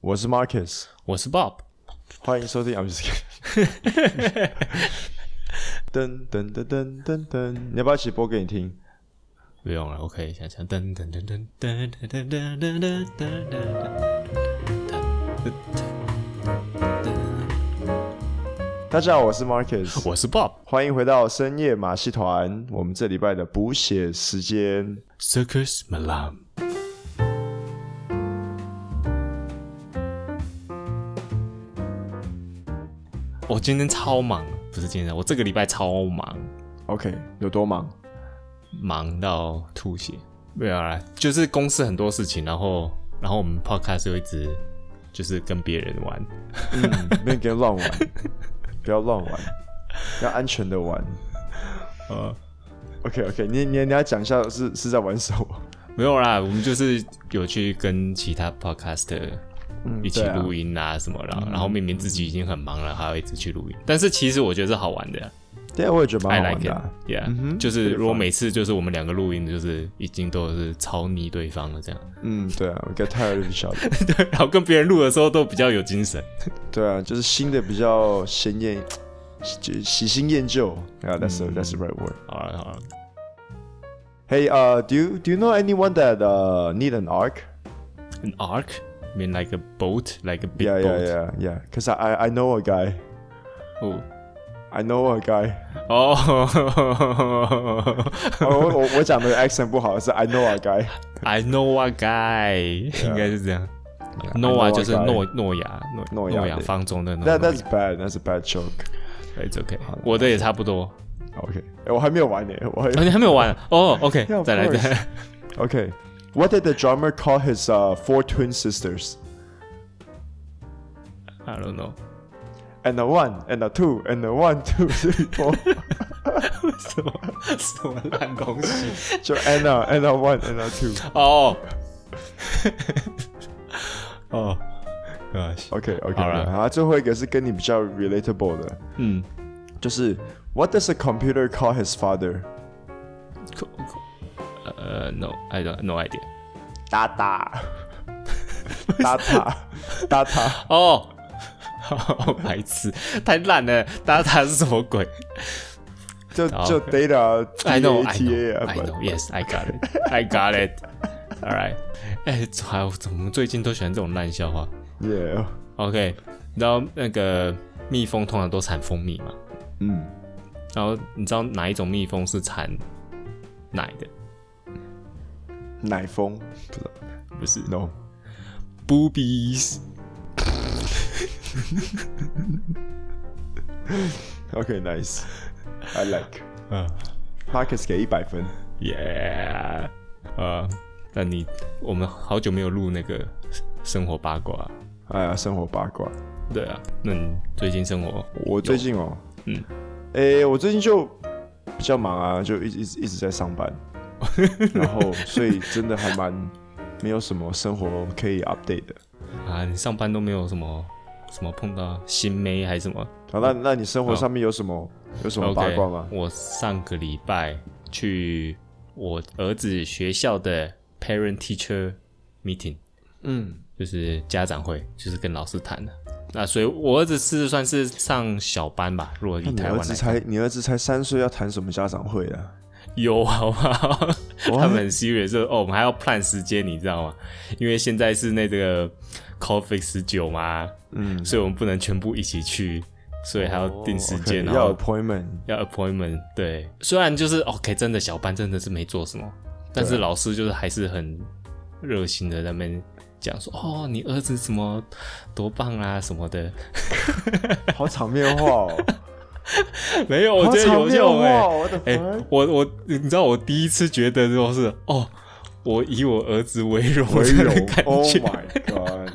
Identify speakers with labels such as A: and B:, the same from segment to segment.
A: 我是 Marcus，
B: 我是 Bob。
A: 欢迎收听。I'm just kidding 噔噔噔噔噔噔，你要不要一起播给你听？
B: 不用了，OK，想想噔噔噔噔噔噔噔噔噔噔噔噔。
A: 大家好，我是 Marcus，
B: 我是 Bob。
A: 欢迎回到深夜马戏团，我们这礼拜的补血时间。
B: Circus Malam。我今天超忙，不是今天，我这个礼拜超忙，
A: OK，有多忙？
B: 忙到吐血。没有啦，就是公司很多事情，然后然后我们 Podcast 又一直就是跟别人玩，
A: 嗯，不要给我 乱玩，不要乱玩，要安全的玩。
B: 呃，
A: OK OK，你你你要讲一下是是在玩什么？
B: 没有啦，我们就是有去跟其他 Podcaster 一起
A: 对啊
B: 录音啊什么啦，然后明明自己已经很忙了，还要一直去录音，但是其实我觉得是好玩的、
A: 对啊，我也觉得蛮
B: I
A: 好玩
B: like
A: 的啊、
B: it. Yeah，、
A: 嗯哼
B: 就是如
A: pretty
B: 果
A: fun
B: 每次就是我们两个录音，就是已经都是超腻对方了这样。
A: 嗯，对啊，我 get tired of each other。
B: 对，然后跟别人录的时候都比较有精神。
A: 对啊，就是新的比较鲜艳，就喜新厌旧。Yeah, that's the that's the right word.
B: 好了好了，
A: Hey, uh, do you do you know anyone that uh need an arc?
B: an arc I mean like a boat like a big
A: Yeah, yeah,
B: boat
A: yeah, yeah. Cause I I- I know a guy.
B: oh
A: I know a guy.
B: 哦、
A: 哦我我 oh, 我讲的 accent 不好，是 I know a guy。
B: i know a guy，、应该是这样。
A: Yeah, I know
B: Noah
A: a
B: 就是
A: guy.
B: 诺诺亚诺
A: 诺亚
B: 亚
A: 对
B: 方中的诺
A: That
B: 亚
A: that's bad. That's a bad joke.
B: ，It's OK，我的也差不多。
A: OK，、欸、 我还没有玩呢、我还
B: 哦，你还没有玩哦、o k
A: Yeah, of
B: 再来
A: course.
B: 再来。
A: OK。What did the drummer call his uh, four twin sisters?
B: I don't know，
A: And a one, and a two, and a one, two, three, four.
B: 什么什么烂东西？
A: 就 and a and a one, and a two.
B: 哦哦，Gosh，
A: OK OK，
B: 好了
A: 然后最后一个是跟你比较 relatable 的，
B: 嗯
A: 就是 What does a computer call his father？
B: ，cool，呃，No，I don't no idea。
A: 达 达，达塔，达塔，
B: 哦， 好白痴，太烂了！打塔是什么鬼
A: 就
B: 好
A: 就 data
B: ？I know, I
A: T A
B: know,
A: 啊
B: I
A: but-
B: know. Yes, I got it, I got it. All right. 哎，还怎么最近都喜欢这种烂笑话
A: ，Yeah，
B: ？OK，你知道那个蜜蜂通常都产蜂蜜嘛？
A: 嗯，
B: 然后你知道哪一种蜜蜂是产奶的？
A: 奶风，不知道
B: 不是
A: ，No，
B: boobies。
A: OK nice, I like。
B: 嗯
A: Marcus 给一百分，
B: ，Yeah。啊，那你我们好久没有录那个生活八卦了。
A: 哎呀，生活八卦。
B: 对啊，那你最近生活
A: 我最近哦，
B: 嗯，
A: 诶、我最近就比较忙啊，就一直一直一直在上 班，然后所以真的还蛮没有什么生活可以 update 的。
B: 啊，你上班都没有什么什么碰到新妹还是什么？
A: 好，那那你生活上面有什么、有什么八卦吗
B: 嗯 OK，我上个礼拜去我儿子学校的 parent teacher meeting，
A: 嗯，
B: 就是家长会，就是跟老师谈的。那所以，我儿子是算是上小班吧，如果以
A: 你
B: 台
A: 儿
B: 湾
A: 子
B: 来
A: 才你儿子才三岁，要谈什么家长会啊？
B: 有好 不好？他们很 serious，就是哦，我们还要 plan 时间，你知道吗？因为现在是那个 COVID 十九嘛，
A: 嗯，
B: 所以我们不能全部一起去，所以还要定时
A: 哦
B: 间，
A: ，OK，
B: 然
A: 要
B: 后
A: appointment。
B: 要 appointment。对，虽然就是 OK，真的小班真的是没做什么，但
A: 啊
B: 是老师就是还是很热心的在那边讲说，哦，你儿子怎么多棒啊什么的。
A: 好场面化哦，
B: 没 有，我
A: 好
B: 觉得
A: 场
B: 有
A: 面
B: 用
A: 化
B: 哎、
A: 哦，我的
B: 哎、
A: 妈！
B: 我我你知道我第一次觉得就是哦，我以我儿子为荣
A: 温
B: 这
A: 柔
B: 种感
A: ，Oh
B: 觉
A: my god！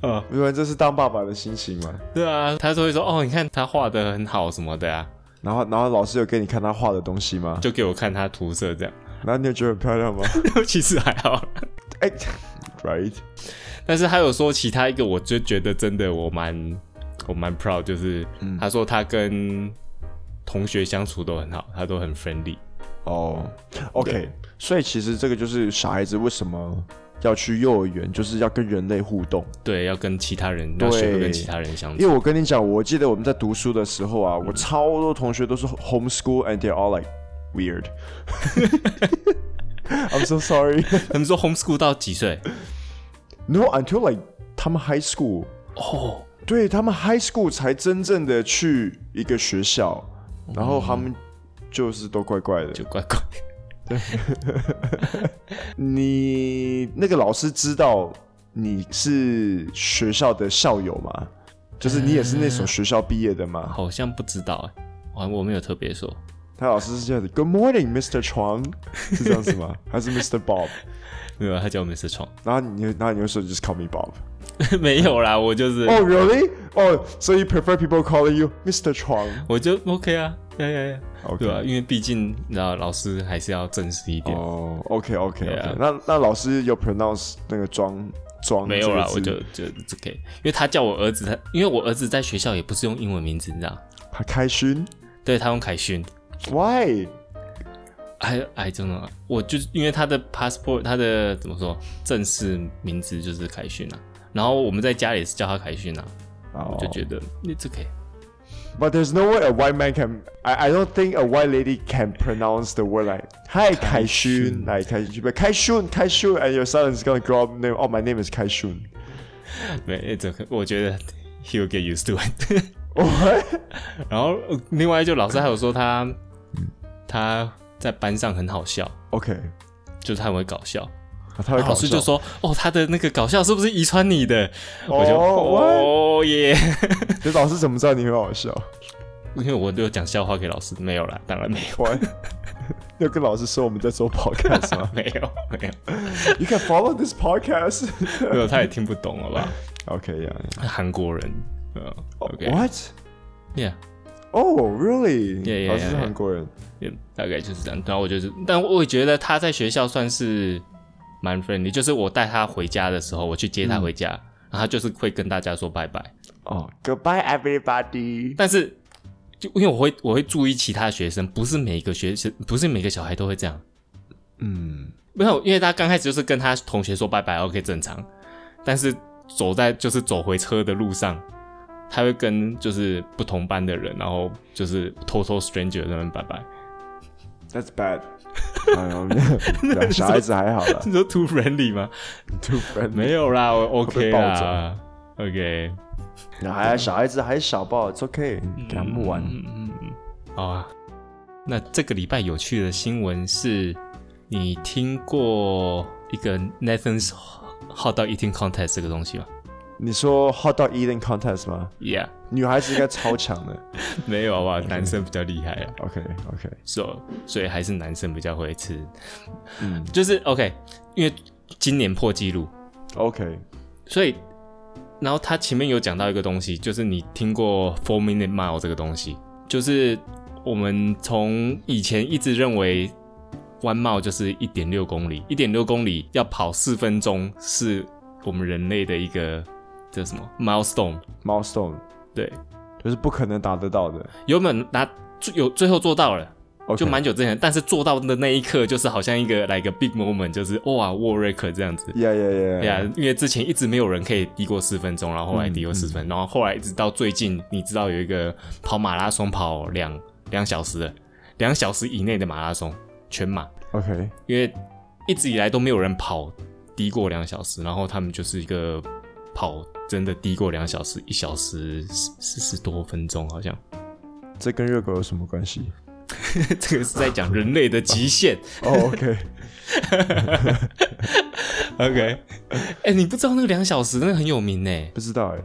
B: 啊，
A: 因为这是当爸爸的心情嘛。
B: 对啊，他就会说哦，你看他画的很好什么的啊，
A: 然后，然后老师有给你看他画的东西吗？
B: 就给我看他涂色这样，
A: 然后你有觉得很漂亮吗？
B: 其实还好，
A: 哎，right，
B: 但是他有说其他一个，我就觉得真的我蛮我蛮 proud，就是、
A: 嗯
B: 他说他跟同学相处都很好，他都很 friendly，
A: 哦、o k 所以其实这个就是小孩子为什么要去幼儿园，就是要跟人类互动。
B: 对，要跟其他人，要学会跟其他人相处。
A: 因为我跟你讲，我记得我们在读书的时候啊，我超多同学都是 homeschool，and they're all like weird 。I'm so sorry.
B: 他们说 homeschool 到几岁？
A: No, until like 他们 high school，
B: 哦，
A: 对他们 high school 才真正的去一个学校，然后他们就是都怪怪的。
B: 就怪怪。
A: 你那个老师知道你是学校的校友吗？就是你也是那所学校毕业的吗？
B: 好像不知道哎、我我没有特别说，
A: 他老师是这样子，Good morning, Mr. Chuang，是 这样子吗？还是 Mr. Bob？
B: 没有，啊他叫我们是床，
A: 然后你，然后你就说 Just call me Bob。
B: 没有啦，我就是，
A: Oh, really? Oh, so you prefer people calling you Mr. Chuang？
B: 我就 OK 啊，呀呀呀
A: OK
B: 对吧、啊因为毕竟你知道，老师还是要正式一点。
A: 哦，OK，OK，OK、o k OK OK，、
B: 对啊
A: 那那老师有 pronounce 那个庄庄
B: 没有啦，
A: 这
B: 我
A: 个字
B: 就就 it's OK，因为他叫我儿子，他因为我儿子在学校也不是用英文名字，你知道，
A: 他开心
B: 对他用凯勋。
A: ，Why？
B: 哎哎，真的，我就是因为他的 passport，他的怎么说，正式名字就是凯勋啊。然后我们在家里也是叫他凯勋啊，
A: 哦
B: 我就觉得那这可以。
A: But there's no way a white man can. I I don't think a white lady can pronounce the word like Hi Kaishun, like Kaishun, but Kaishun, Kaishun, and your son is gonna grow up. Name, oh, my name is Kaishun.
B: 没，哎这个我觉得 he'll get used to it。
A: What?
B: 然后呃另外就老师还有说他他在班上很好笑，
A: Okay.
B: 就是他很会搞笑。
A: 他会
B: 老师就说：“哦，他的那个搞笑是不是遗传你的？”我就
A: 哦
B: 哦耶，
A: 老师就说：“你老师怎么知道你很好笑？”
B: 因为我都有讲笑话给老师，没有啦，当然没有，
A: 我要跟老师说我们在做 podcast 吗
B: 没有，没 有，
A: ？You can follow this podcast.
B: 没有，他也听不懂，好不好？
A: Okay, yeah.
B: 韩国人，嗯 o k
A: yeah. 哦 What?
B: y e a h
A: Oh, really?
B: Yeah, yeah, yeah, yeah.
A: 老师是韩国人。
B: 也大概就是这样。然后我就是，但我也觉得他在学校算是蛮 friendly，就是我带他回家的时候，我去接他回家，然后他就是会跟大家说拜拜。
A: 哦，Goodbye, everybody.
B: 但是就因为我会我会注意其他学生，不是每个学生不是每个小孩都会这样。
A: 嗯，
B: 没有，因为他刚开始就是跟他同学说拜拜，OK 正常，但是走在就是走回车的路上，他会跟就是不同班的人，然后就是偷偷 stranger 在那边拜拜。
A: That's bad. 哎呦，那小孩子还好啦
B: 你说 too friendly 吗？
A: ，too friendly。
B: 没有啦，我 OK
A: 被抱走
B: 啦，OK，
A: 小孩哎小孩子还小吧，It's OK，给他们玩。
B: 嗯嗯嗯，好啊。那这个礼拜有趣的新闻是，你听过一个 Nathan's Hot Dog Eating Contest 这个东西吗
A: 你说 Hot Dog Eating Contest 吗？
B: ？Yeah，
A: 女孩子应该超强的。
B: 没有好不好？男生比较厉害啊。
A: OK OK，
B: so 所以还是男生比较会吃，
A: 嗯
B: 就是 OK，因为今年破纪录，
A: OK，
B: 所以然后他前面有讲到一个东西，就是你听过 four minute mile 这个东西，就是我们从以前一直认为 one mile 就是一点六公里，一点六公里要跑四分钟是我们人类的一个这什么 milestone，
A: milestone
B: 对，
A: 就是不可能达得到的。
B: 有没有拿最有最后做到了？
A: OK，
B: 就蛮久之前，但是做到的那一刻，就是好像一个来一个 big moment，就是哇 w a r r e c 这样子。
A: Yeah yeah
B: 对啊
A: yeah，，
B: 因为之前一直没有人可以低过四分钟，然后后来低过四分，然后后来一直到最近，你知道有一个跑马拉松跑两两小时的，两小时以内的马拉松全马，
A: OK，
B: 因为一直以来都没有人跑低过两小时，然后他们就是一个跑真的低过两小时，一小时四四十多分钟好像。
A: 这跟热狗有什么关系？
B: 这个是在讲人类的极 限，
A: 哦 OK，
B: OK，哎、你不知道那个两小时，那个很有名呢。
A: 不知道哎，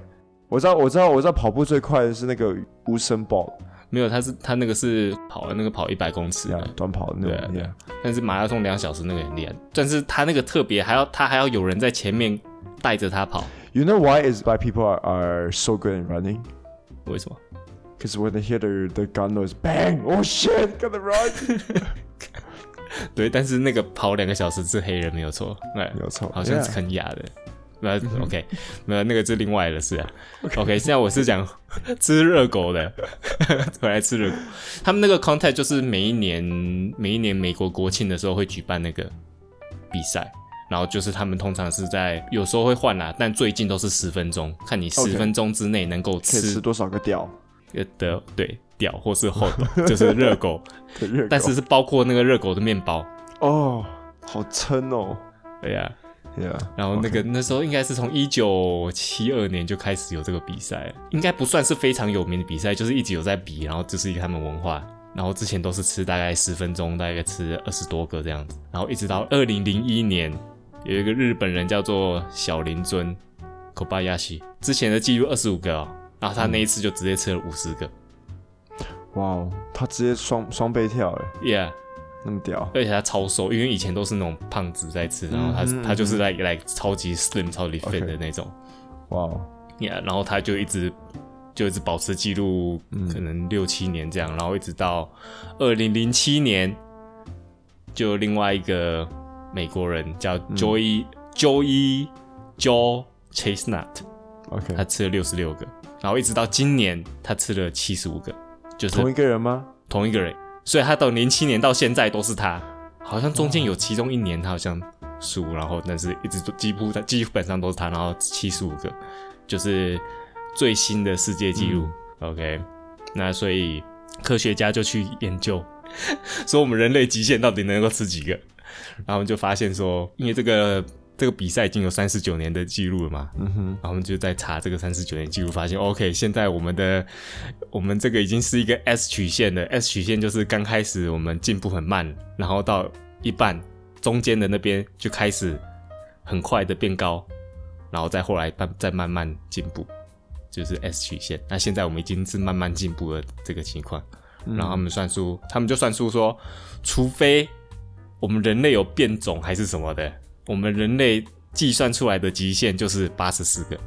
A: 我知道我知道我知道跑步最快的是那个无声 ball，
B: 没有，他是他那个是跑了那个跑一百公尺
A: 对
B: 的
A: 啊，短跑的
B: 对
A: 那
B: 啊
A: 种
B: 对
A: yeah
B: 啊。但是马拉松两小时那个很厉害，但是他那个特别还要他还要有人在前面带着他跑，
A: You know why is why people are, are so good in running?
B: 为什么？
A: Because when they hear the the gun noise, bang! Oh shit, gotta run!
B: 对，但是那个跑两个小时是黑人没有错，对，
A: 没有错
B: 好像是
A: yeah
B: 肯雅的。那 OK，没有那个是另外的事啊。OK，现在我是讲 吃热狗的， 回来吃热狗。他们那个 contact 就是每一年每一年美国国庆的时候会举办那个比赛，然后就是他们通常是在有时候会换啊啦，但最近都是十分钟，看你十
A: OK
B: 分钟之内能够
A: 可以吃
B: 吃
A: 多少个屌
B: 呃的对屌或是厚豆，就是 热狗，
A: 的热狗？
B: 但是是包括那个热狗的面包，
A: 哦，好撑哦
B: 对呀、
A: ，Yeah，
B: 然后那个那时候应该是从一九七二年就开始有这个比赛了，应该不算是非常有名的比赛，就是一直有在比，然后这是一个他们文化。然后之前都是吃大概十分钟，大概吃二十多个这样子，然后一直到二零零一年，有一个日本人叫做小林尊 Kobayashi，之前的记录二十五个、哦，然后他那一次就直接吃了五十个
A: 哇哦，他直接双双倍跳哎，
B: ，Yeah，
A: 那么屌，
B: 而且他超瘦，因为以前都是那种胖子在吃，然后他、
A: 嗯嗯
B: 他就是来来超级 slim、超级 fit
A: OK
B: 的那种。
A: 哇哦，
B: yeah, 然后他就一直就一直保持记录，
A: 嗯
B: 可能六七年这样，然后一直到二零零七年，就有另外一个美国人叫
A: 嗯
B: Joey、Joey Joe Chestnut，
A: ，OK，
B: 他吃了六十六个，然后一直到今年他吃了七十五个，就是
A: 同一个人吗？
B: 同一个人，所以他到零七年到现在都是他，好像中间有其中一年他好像输，然后但是一直都几乎他基本上都是他，然后七十五个就是最新的世界纪录。OK，那所以科学家就去研究，说我们人类极限到底能够吃几个，然后就发现说，因为这个这个比赛已经有三十九年的记录了嘛，
A: 嗯哼，
B: 然后我们就在查这个三十九年记录，发现 OK，现在我们的我们这个已经是一个 S 曲线了。S 曲线就是刚开始我们进步很慢，然后到一半中间的那边就开始很快的变高，然后再后来慢再慢慢进步，就是 S 曲线。那现在我们已经是慢慢进步的这个情况，然后他们算出，他们就算出说，除非我们人类有变种还是什么的，我们人类计算出来的极限就是八十四个，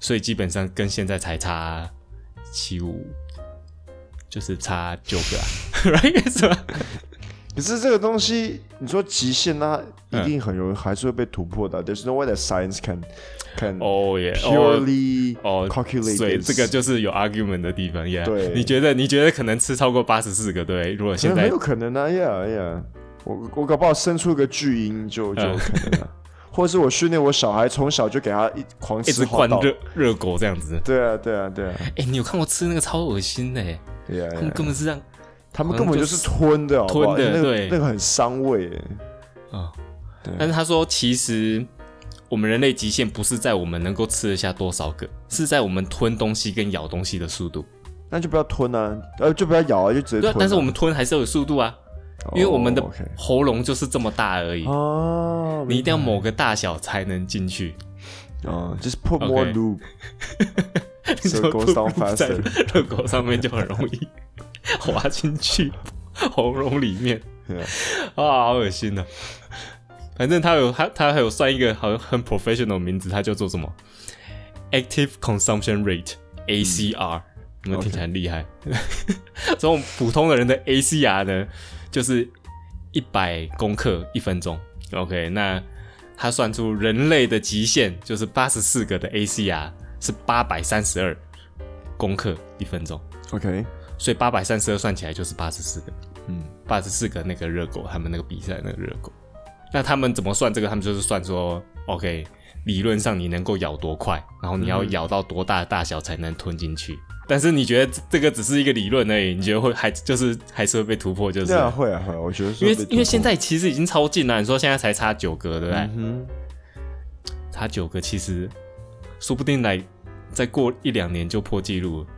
B: 所以基本上跟现在才差七五，就是差九个啊 ，right？是吧？
A: 可是这个东西，你说极限那
B: 嗯
A: 一定很容易，还是会被突破的。There's 啊 no way that science can can
B: 哦耶，哦
A: purely
B: 哦，
A: calculate
B: 所以
A: this
B: 这个就是有 argument 的地方，yeah。
A: 对
B: 你觉得你觉得可能吃超过八十四个，对？如果现
A: 很
B: 在
A: 很有可能啊，Yeah Yeah，我我搞不好生出个巨婴
B: 嗯
A: 就就有可能了、或者是我训练我小孩从小就给他一狂
B: 一
A: 吃
B: 直
A: 花
B: 灌
A: 到，
B: 热热狗这样子，
A: 对啊对啊对啊
B: 哎，你有看过吃那个超恶心
A: 哎
B: 的耶，
A: ，Yeah，,
B: 他们
A: yeah
B: 根本是让
A: 他们
B: 好像
A: 根本就
B: 就是是
A: 吞的好不好，
B: 吞
A: 那
B: 的
A: 个
B: 对
A: 那个很伤胃耶，
B: 啊、
A: 对
B: 但是他说，其实我们人类极限不是在我们能够吃得下多少个，是在我们吞东西跟咬东西的速度。
A: 那就不要吞啊，呃就不要咬啊，就直接
B: 对
A: 吞啊、
B: 啊、但是我们吞还是要有速度啊，因为我们的
A: 哦 OK
B: 喉咙就是这么大而已，
A: 哦，
B: 你一定要某个大小才能进去。
A: 哦，just put more
B: OK
A: lube，
B: 就
A: So it goes down
B: 在
A: faster
B: 热狗上面就很容易 滑进去 喉咙里面
A: Yeah
B: 啊，好恶心啊！反正他有他他还有算一个好像很 professional 的名字，它叫做什么 active consumption rate ACR，、你们听起来很厉害。 所以我们普通的人的 ACR 呢，就是一百公克一分钟。OK，那他算出人类的极限就是八十四个的 ACR 是八百三十二公克一分钟，
A: ，OK，
B: 所以八百三十二算起来就是八十四个，
A: 嗯，
B: 八十四个那个热狗，他们那个比赛那个热狗，那他们怎么算这个？他们就是算说，OK，理论上你能够咬多快，然后你
A: 嗯
B: 要咬到多大的大小才能吞进去。但是你觉得这这个只是一个理论而已，你觉得会还就是还是会被突破，就是
A: 对啊会啊会啊，我觉得是
B: 因为
A: 被
B: 因为
A: 突
B: 现
A: 破
B: 在其实已经超近了，你说现在才差九个，对不对？
A: 嗯
B: 差九个，其实说不定来再过一两年就破纪录了。
A: 哼，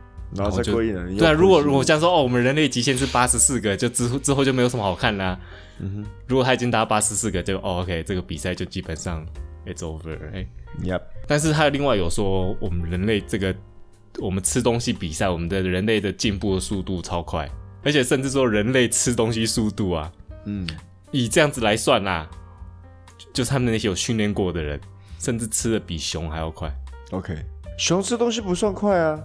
A: 然后再
B: 就
A: 过一两年又
B: 对啊，
A: 不
B: 如果
A: 是
B: 如果这样说，哦，我们人类极限是八十四个，就之后之后就没有什么好看啦、
A: 嗯哼
B: 如果他已经达八十四个，就哦，OK，这个比赛就基本上 it's over、right?。
A: ，Yep，
B: 但是他另外有说，我们人类这个我们吃东西比赛，我们的人类的进步的速度超快，而且甚至说人类吃东西速度啊，
A: 嗯。
B: 以这样子来算啦、就就是他们那些有训练过的人，甚至吃的比熊还要快。
A: OK，熊吃东西不算快啊，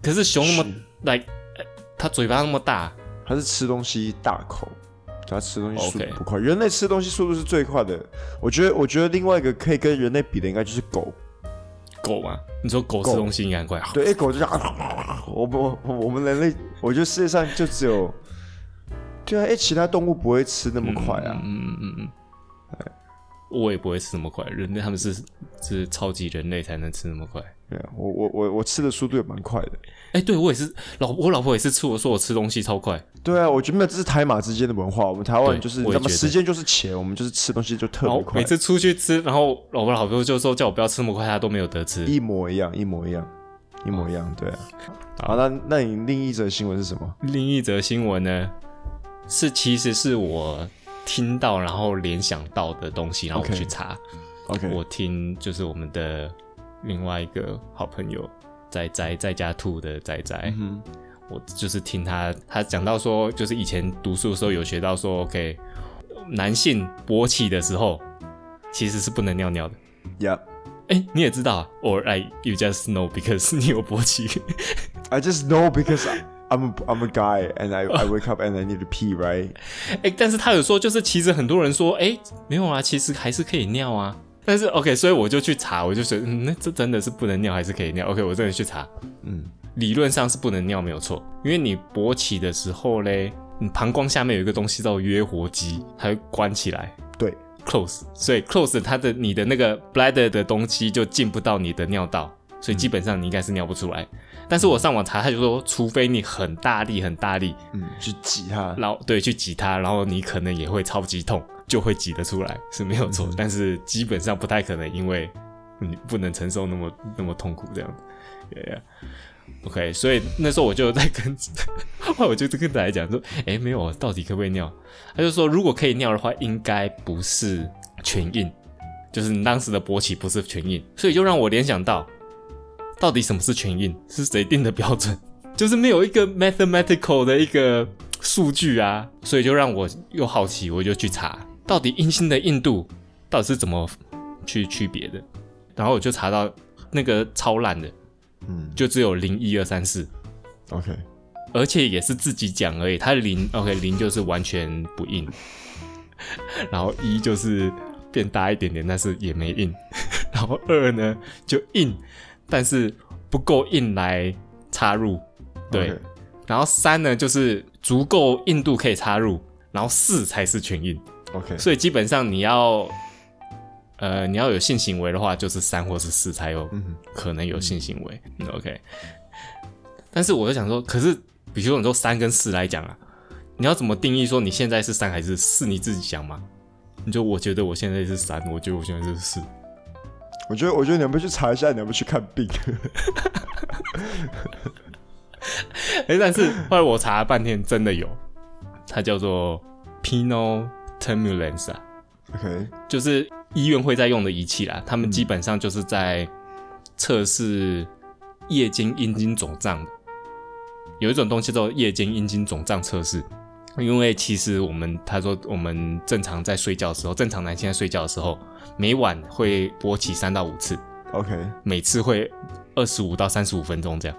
B: 可是熊那么来，呃它嘴巴那么大，
A: 它是吃东西大口，它吃东西速度
B: OK
A: 不快。人类吃东西速度是最快的，我觉得，我觉得另外一个可以跟人类比的应该就是狗。
B: 狗嘛，你说狗吃东西应该很快，
A: 对，哎一狗就是啊， 我我我我们人类，我觉得世界上就只有，对啊，哎，其他动物不会吃那么快啊。
B: 嗯嗯嗯嗯。我也不会吃那么快，人类他们是是超级人类才能吃那么快。
A: 对啊，我我我我吃的速度也蛮快的。
B: 哎、对我也是，老我老婆也是吃我说我吃东西超快，
A: 对啊，我觉得没有，这是台马之间的文化。我们台湾
B: 对
A: 就是
B: 我
A: 你
B: 也
A: 知道吗？
B: 觉得
A: 时间就是钱，我们就是吃东西就特
B: 然
A: 别
B: 后
A: 快
B: 每，次出去吃，然后老婆老婆就说叫我不要吃那么快，她都没有得吃。
A: 一模一样，一模一样，一模一样。对啊。好，那那你另一则新闻是什么？
B: 另一则新闻呢，是其实是我听到然后联想到的东西，然后我
A: OK
B: 去查。
A: OK，
B: 我听就是我们的另外一个好朋友仔仔在家吐的仔仔，
A: 嗯
B: 我就是听他他讲到说，就是以前读书的时候有学到说，OK，男性勃起的时候其实是不能尿尿的。
A: ，Yeah，I
B: 哎、你也知道啊，or I you just know because 你有勃起。
A: just know because I- I'm a, I'm a guy and I I wake up and I need to pee right。
B: 哎、但是他有说，就是其实很多人说，哎、没有啊，其实还是可以尿啊。但是 OK，所以我就去查，我就觉得，嗯，那这真的是不能尿还是可以尿？OK，我真的去查，
A: 嗯，
B: 理论上是不能尿没有错，因为你勃起的时候嘞，你膀胱下面有一个东西叫约活肌，它会关起来
A: 对，
B: close，所以 close 它的你的那个 bladder 的东西就进不到你的尿道，所以基本上你应该是尿不出来。但是我上网查，他就说，除非你很大力很大力，
A: 嗯，mm. 去挤它。
B: 然后对去挤它，然后你可能也会超级痛，就会挤得出来是没有错，但是基本上不太可能，因为你不能承受那么那么痛苦这样子。Yeah, yeah. OK，所以那时候我就在跟，后来我就跟大家讲说，哎，没有，到底可不可以尿？他就说，如果可以尿的话，应该不是全硬，就是你当时的勃起不是全硬，所以就让我联想到，到底什么是全硬？是谁定的标准？ 就是没有一个 mathematical 的一个数据啊，所以就让我又好奇，我就去查到底阴茎的硬度到底是怎么去区别的，然后我就查到那个超烂的，
A: 嗯
B: 就只有零一二三四，
A: ，OK，
B: 而且也是自己讲而已，它零 OK 零就是完全不硬， 然后一就是变大一点点，但是也没硬， 然后二呢就硬，但是不够硬来插入，对。
A: OK
B: 然后三呢就是足够硬度可以插入，然后四才是全硬。
A: OK，
B: 所以基本上你要，呃，你要有性行为的话，就是三或是四才有
A: 嗯
B: 可能有性行为。嗯 OK，但是我就想说，可是比如说你说三跟四来讲啊，你要怎么定义说你现在是三还是四？你自己想嘛。你就我觉得我现在是三，我觉得我现在是四。
A: 我觉得我觉得你要不要去查一下，你要不要去看病？
B: 哎、但是后来我查了半天，真的有，它叫做 Pinot Termulence 啊。
A: OK，
B: 就是医院会在用的仪器啦，他们基本上就是在测试夜间阴茎肿胀。有一种东西叫做夜间阴茎肿胀测试，因为其实我们他说我们正常在睡觉的时候，正常男性在睡觉的时候，每晚会勃起三到五次，
A: OK，
B: 每次会二十五到三十五分钟这样。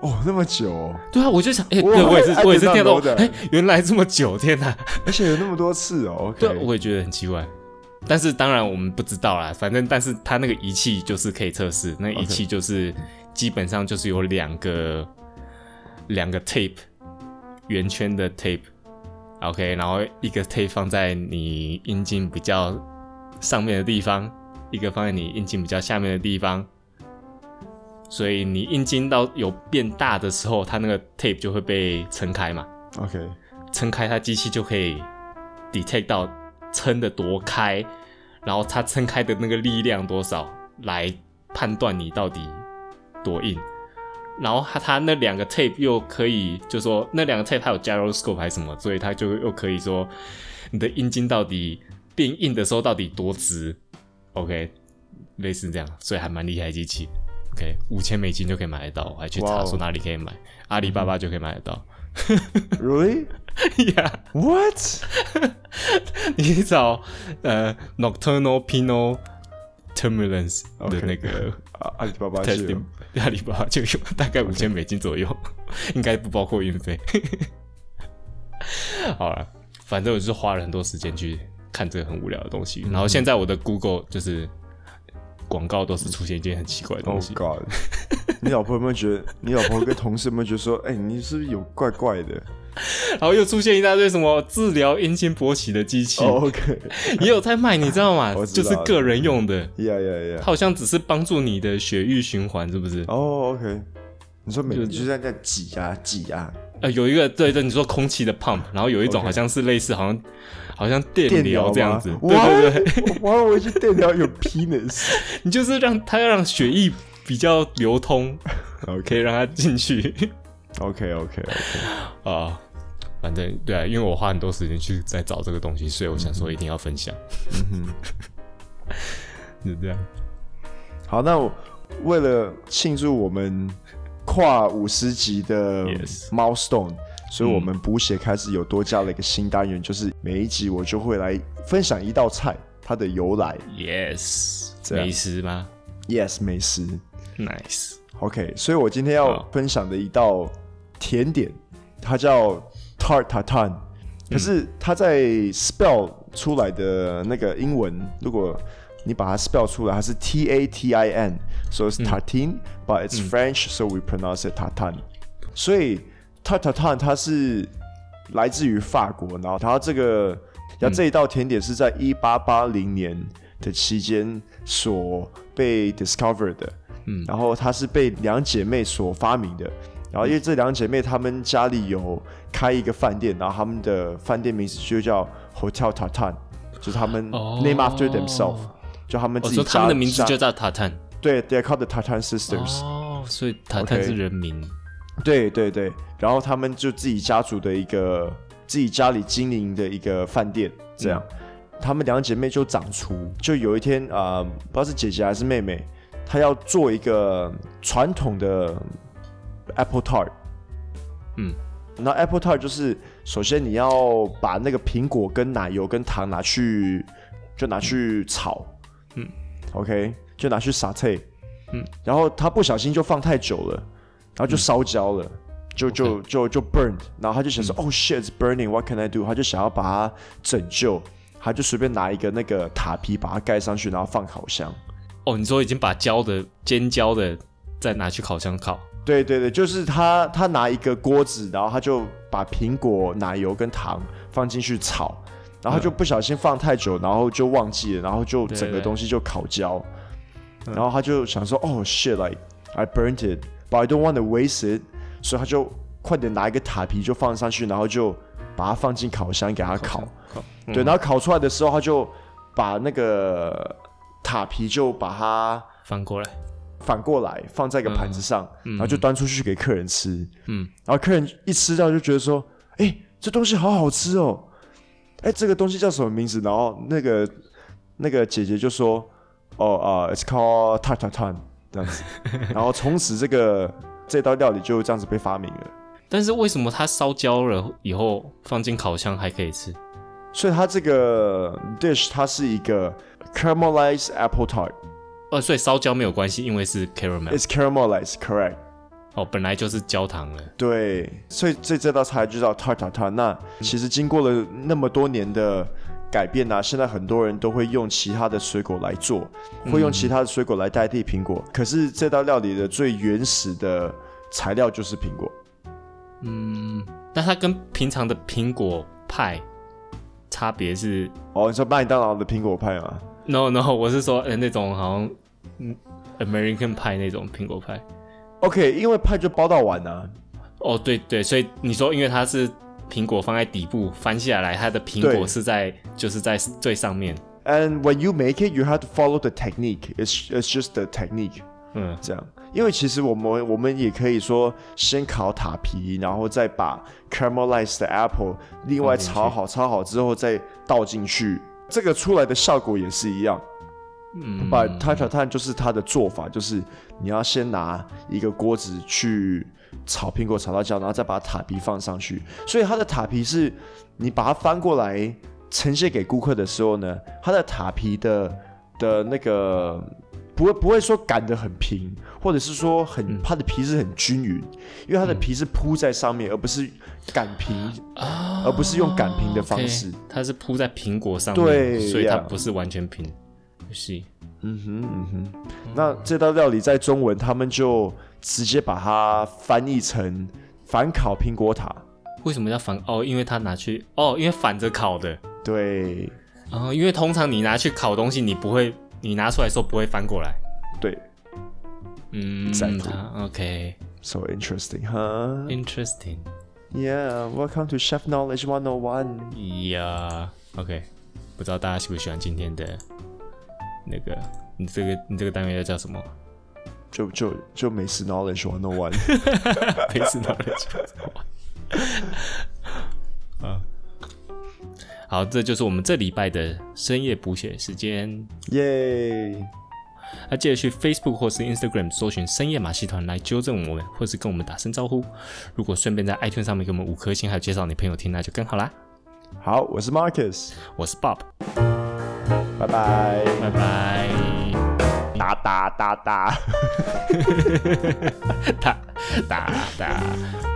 A: 哦，那么久、哦，
B: 对啊，我就想，哎、
A: 我
B: 对我也是
A: I，
B: 我也是
A: did not
B: 听
A: know
B: 到，
A: that
B: 哎、原来这么久，天哪！
A: 而且有那么多次哦。OK，
B: 对啊，我也觉得很奇怪。但是当然我们不知道啦，反正但是它那个仪器就是可以测试，那仪器就是基本上就是有两个两个 tape 圆圈的 tape，OK，、OK，然后一个 tape 放在你阴茎比较上面的地方，一个放在你阴茎比较下面的地方。所以你阴茎到有变大的时候，它那个 tape 就会被撑开嘛。
A: OK，
B: 撑开它机器就可以 detect 到撑的多开，然后它撑开的那个力量多少来判断你到底多硬。然后它它那两个 tape 又可以，就说那两个 tape 它有 gyroscope 还是什么，所以它就又可以说你的阴茎到底变硬的时候到底多直。OK，类似这样，所以还蛮厉害的机器。OK，五千美金就可以买得到，我还去
A: 哇
B: 查
A: 哦
B: 说哪里可以买，阿里巴巴就可以买得到。
A: Really？What？
B: 呀、你找呃 Nocturnal Pinot Turbulence 的
A: OK
B: 那个
A: 啊阿里巴巴是
B: testing，阿里巴巴就有大概五千美金左右，应该不包括运费。好了，反正我
A: 嗯
B: 就是花了很多时间去看这个很无聊的东西，然后现在我的 Google 就是广告都是出现一件很奇怪的
A: Oh
B: 东西。
A: God！你老婆有没有觉得？你老婆跟同事有没有觉得说，哎、你是不是有怪怪的、
B: 然后又出现一大堆什么治疗阴茎勃起的机器
A: o k
B: 也有在卖，你知道吗？
A: 哦 我知
B: 就
A: 道
B: 是个人用的，
A: Yeah, yeah, yeah.
B: 它好像只是帮助你的血液循环，是不是？
A: 哦、o k 你说每
B: 就
A: 天就在那挤啊挤啊，
B: 呃，有一个对对，你说空气的 pump，然后有一种
A: OK
B: 好像是类似，好像好像电
A: 电
B: 疗
A: 疗啊
B: 这样
A: 吗
B: 子，对对对，
A: 对对，我我去电疗有 penis。
B: 你就是让它要让血液比较流通，可
A: OK
B: 以让它进去
A: OK OK，
B: 啊。反正对、啊，因为我花很多时间去在找这个东西，所以我想
A: 嗯
B: 说一定要分享， 就这样。
A: 好，那我为了庆祝我们跨五十级的
B: Yes 嗯
A: milestone。所以，我们补写开始有多加了一个新单元，就是每一集我就会来分享一道菜它的由来。
B: Yes，
A: 这样
B: 美食吗
A: Yes，美食。
B: ？Nice，
A: OK，所以我今天要
B: 好
A: 分享的一道甜点，它叫 tart tartan，可是它在 spell 出来的那个英文，如果你把它 spell 出来，它是 T A T I N，so it's tartine，but it's French，so we pronounce it tartan。所以 tart tartan 它是来自于法国，然后它这个，
B: 嗯
A: 然后这一道甜点是在一八八零年的期间所被 discover 的，嗯，然后它是被两姐妹所发明的，然后因为这两姐妹她们家里有开一个饭店，然后她们的饭店名字就叫 Hotel Tartan，就是她们
B: 哦
A: name after themselves，、就她们
B: 我
A: 自己
B: 哦说
A: 家、
B: 他们的名字
A: 家
B: 就叫塔坦。
A: 对，They are called the Tartan Sisters，、
B: 哦，所以塔坦
A: OK
B: 是人名。
A: 对对对，然后他们就自己家族的一个自己家里经营的一个饭店，这样，
B: 嗯
A: 她们两姐妹就长出，就有一天啊、呃不知道是姐姐还是妹妹，她要做一个传统的 apple tart，
B: 嗯，
A: 那 apple tart 就是首先你要把那个苹果跟奶油跟糖拿去就拿去炒，
B: 嗯
A: ，OK，就拿去撒菜，
B: 嗯，
A: 然后她不小心就放太久了。然后就烧焦了，就就就就 burned，然后他就想说、o h shit，it's burning，what can I do？他就想要把它拯救，他就随便拿一个那个塔皮把它盖上去，然后放烤箱。
B: 哦，你说已经把焦的尖焦的再拿去烤箱烤，
A: 对对对，就是他他拿一个锅子，然后他就把苹果、奶油跟糖放进去炒，然后他就不小心放太久，然后就忘记了，然后就整个东西就烤焦，然后他就想说，哦、shit，like I burnt it，but I don't want to waste it，所以他就快点拿一个塔皮就放上去，然后就把它放进烤箱给它烤。
B: 烤
A: 对，然后烤出来的时候，他就把那个塔皮就把它
B: 翻过来，
A: 反过来放在一个盘子上，然后就端出去给客人吃。
B: 嗯，
A: 然后客人一吃到就觉得说：“哎、这东西好好吃哦！哎，这个东西叫什么名字？”然后那个那个姐姐就说：“哦啊、i t s called t a t a t a n 这样子。”然后从此这个这道料理就这样子被发明了。
B: 但是为什么它烧焦了以后放进烤箱还可以吃？
A: 所以它这个 dish 它是一个 caramelized apple tart。
B: 哦，所以烧焦没有关系，因为是 caramel，
A: It's caramelized, correct?
B: 哦，本来就是焦糖了。
A: 对，所以这这道菜就叫 tart tartar。那其实经过了那么多年的改变啊，现在很多人都会用其他的水果来做，会用其他的水果来代替苹果。可是这道料理的最原始的材料就是苹果。
B: 嗯，那它跟平常的苹果派差别是
A: 哦，你说麦当劳的苹果派吗？
B: ？No No，我是说，呃，那种好像嗯 American 派那种苹果派。
A: OK，因为派就包到完啊，
B: 哦，对对，所以你说，因为它是苹果放在底部翻下来，它的苹果
A: 对
B: 是在就是在最上面。
A: And when you make it, you have to follow the technique. It's it's just the technique.
B: 嗯，
A: 这样，因为其实我们我们也可以说先烤塔皮，然后再把 caramelized 的 apple 另外炒好，炒好之后再倒进去，这个出来的效果也是一样。
B: 嗯
A: 把塔塔炭就是它的做法，就是你要先拿一个锅子去炒苹果，炒到焦，然后再把塔皮放上去。所以它的塔皮是你把它翻过来呈现给顾客的时候呢，它的塔皮的的那个不会不会说擀得很平，或者是说很它的皮是很均匀，因为它的皮是铺在上面，而不是擀平，
B: 啊
A: 而不是用擀平的方式。
B: 它是铺在苹果上面，
A: 对
B: 所以它
A: yeah
B: 不是完全平。可惜。
A: 嗯哼，嗯哼。那这道料理在中文，他们就直接把它翻译成反烤苹果塔。
B: 为什么叫反？哦，因为他拿去哦，因为反着烤的。
A: 对，
B: 哦，因为通常你拿去烤东西，你不会，你拿出来的时候不会翻过来。
A: 对
B: 嗯
A: Exactly.
B: 啊 OK，interesting、
A: ，so interesting, huh?
B: Interesting.
A: Yeah, welcome to Chef Knowledge 101.
B: 呀、yeah,，OK，不知道大家喜不喜欢今天的那个，你这个你这个单元要叫什么？
A: 就就就美食 Knowledge 101。
B: 陪死老人家怎么玩？ 啊，好，这就是我们这礼拜的深夜补血时间。
A: 耶！
B: 那记得去 Facebook 或是 Instagram 搜寻“深夜马戏团”来纠正我们，或是跟我们打声招呼。如果顺便在 iTunes 上面给我们五颗星，还有介绍你朋友听，那就更好啦。
A: 好，我是 Marcus，
B: 我是 Bob，
A: 拜拜。
B: 拜拜。
A: 哒哒哒哒。
B: 哒哒哒。